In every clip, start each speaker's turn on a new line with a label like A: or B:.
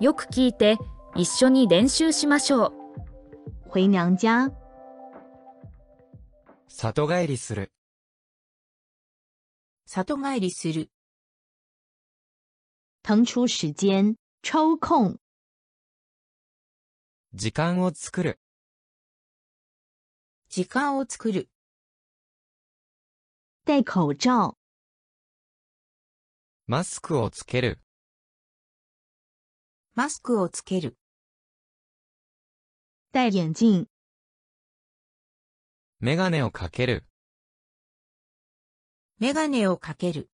A: よく聞いて一緒に練習しましょう。
B: 回娘家、
C: 里帰りする、
D: 里帰りする、
B: 腾出时间，抽空
C: 時間を作る、
D: 時間を作る、
B: 戴口罩、
C: マスクをつける、
D: マスクをつける、
B: 戴眼镜、
C: メガネをかける、
D: メガネをかける、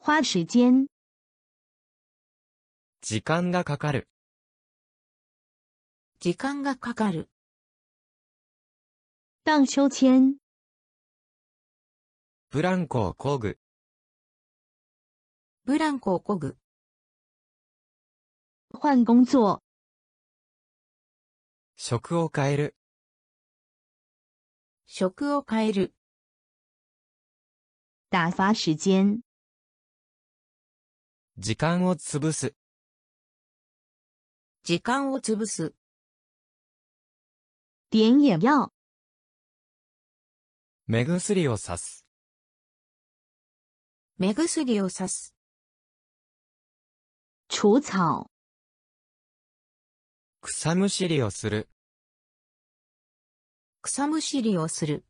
B: 花时间、
C: 時間がかかる、
D: 時間がかかる、
B: 荡秋千、
C: ブランコを工具、
D: ブランコをこぐ、
B: 换工作、
C: 食を変える、
D: 食を変える、
B: 打发时间、
C: 時間を潰す、
D: 時間を潰す、
B: 点眼药、
C: 目薬をさす、
D: 目薬をさす、
B: 除草、
C: 草むしりをする、
D: 草むしりをする、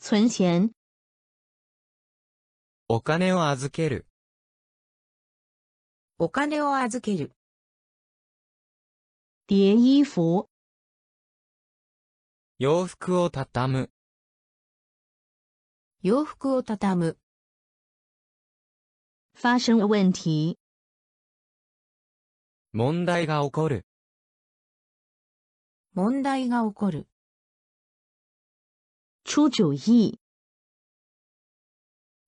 B: 存钱、
C: お金を預ける、
D: お金を預ける、
B: 叠衣服、
C: 洋服を畳む、
D: 洋服を畳む、
B: 发生问题、
C: 問題が起こる、
D: 問題が起こる、
B: 出主意、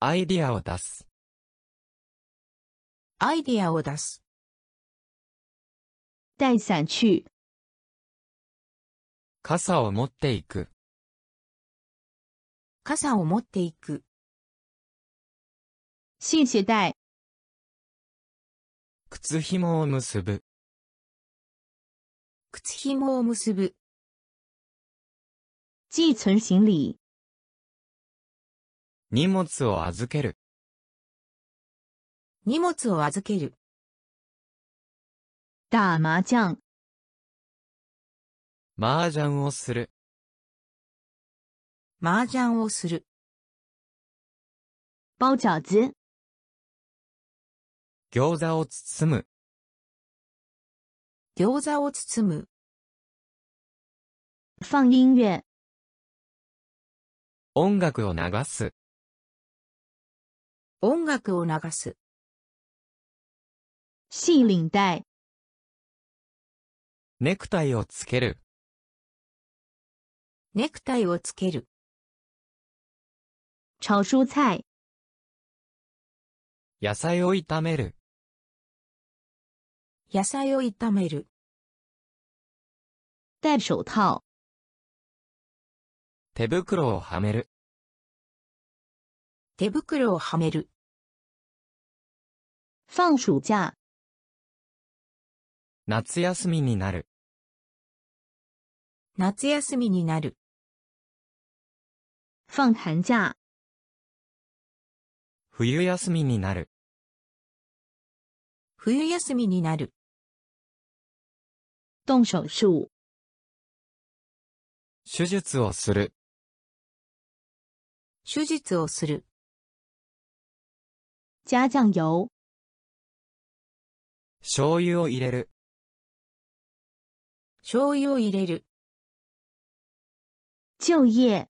C: アイディアを出す、
D: アイディアを出す、
B: 带伞去、
C: 傘を持っていく、
D: 傘を持っていく、
B: 系鞋带、
C: 靴紐を結ぶ、
D: 靴紐を結ぶ、
B: 寄存行李、
C: 荷物を預ける、
D: 荷物を預ける、
B: 打麻将、
C: 麻雀をする、
D: 麻雀をする、
B: 包饺子、
C: 餃子を包む、
D: 餃子を包む、
B: 放音乐、
C: 音楽を流す、
D: 音楽を流す、
B: 系领带、
C: ネクタイをつける、
D: ネクタイをつける、
B: 炒蔬菜、
C: 野菜を炒める、
D: 野菜を炒める、
B: 戴手套、
C: 手袋をはめる、
D: 手袋をはめる、
B: 放暑假、
C: 夏休みになる、
D: 夏休みになる、
B: 放寒假、
C: 冬休みになる、
D: 冬休みになる、
B: 动手术、
C: 手術をする、
D: 手術をする、
B: 加酱油、
C: 醤油を入れる、
D: 醤油を入れる、
B: 就业、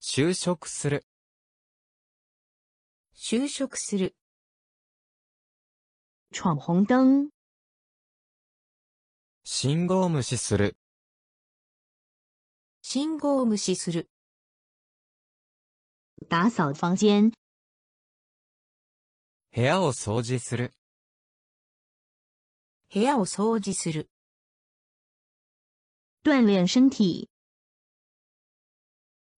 C: 就職する、
D: 就職する、
B: 闯红灯、
C: 信号無視する、
D: 信号を無視する、
B: 打扫房间、
C: 部屋を掃除する、
D: 部屋を掃除する、
B: 锻炼身体、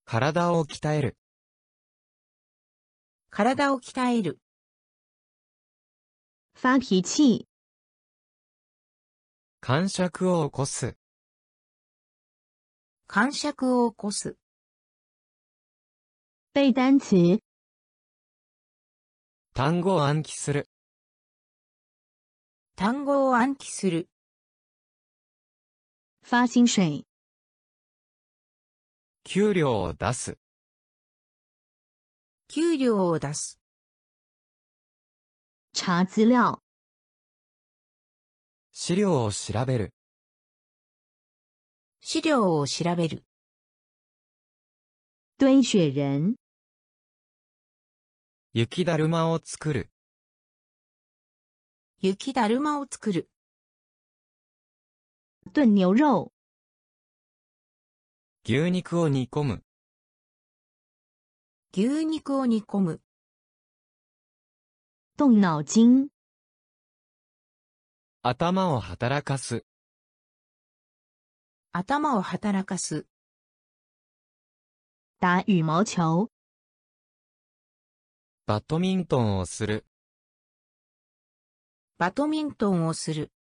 C: 体を鍛える。
D: 体を鍛える、
B: 发脾气、
C: 感触を起こす、
D: 感触を起こす、
B: 背单词、
C: 単語を暗記する、
D: 単語を暗記する、
B: 发薪水、
C: 給料を出す、
D: 給料を出す、
B: 查资料、
C: 資料を調べる、
D: 資料を調べる、
B: 堆雪人、
C: 雪だるまを作る、
D: 雪だるまを作る、
B: 炖牛肉、
C: 牛肉を煮込む、
D: 牛肉を煮込む、
B: 动脑筋、
C: 頭を働かす、
D: 頭を働かす、
B: 打羽毛球、
C: バドミントンをする、
D: バドミントンをする、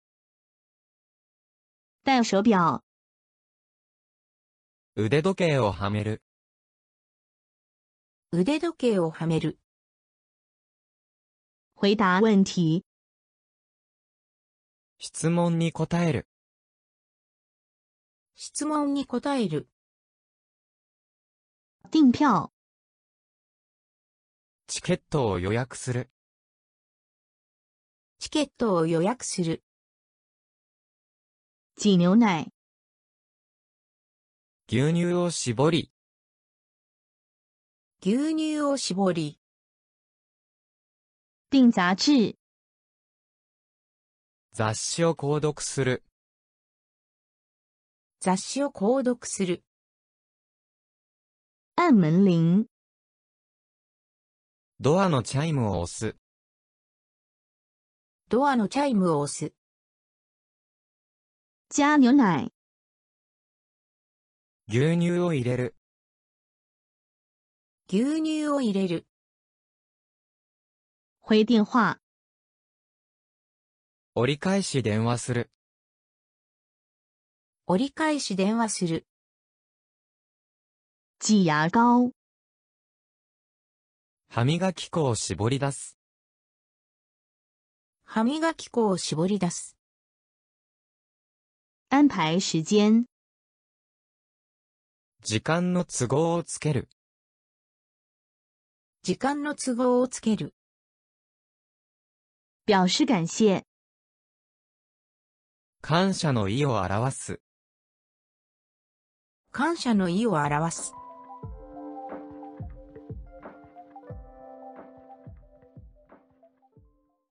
B: 戴手表、
C: 腕時計をはめる、
D: 腕時計をはめる、
B: 回答问题、
C: 質問に答える、
D: 質問に答える、
B: 订票、
C: チケットを予約する、
D: チケットを予約する、
B: 挤牛奶、
C: 牛乳を絞り、
D: 牛乳を絞り、
B: 订杂志、
C: 雑誌を購読する、
D: 雑誌を購読する、
B: 按门铃、
C: ドアのチャイムを押す、
D: ドアのチャイムを押す、
B: 加牛奶、
C: 牛乳を入れる、
D: 牛乳を入れる、
B: 回电话、
C: 折り返し電話する、
D: 折り返し電話する、
B: 挤牙膏、
C: 歯磨き粉を絞り出す、
D: 歯磨き粉を絞り出す、
B: 安排时间、
C: 時間の都合をつける、
D: 時間の都合をつける、
B: 表示感谢、
C: 感謝の意を表す。
D: 感謝の意を表す。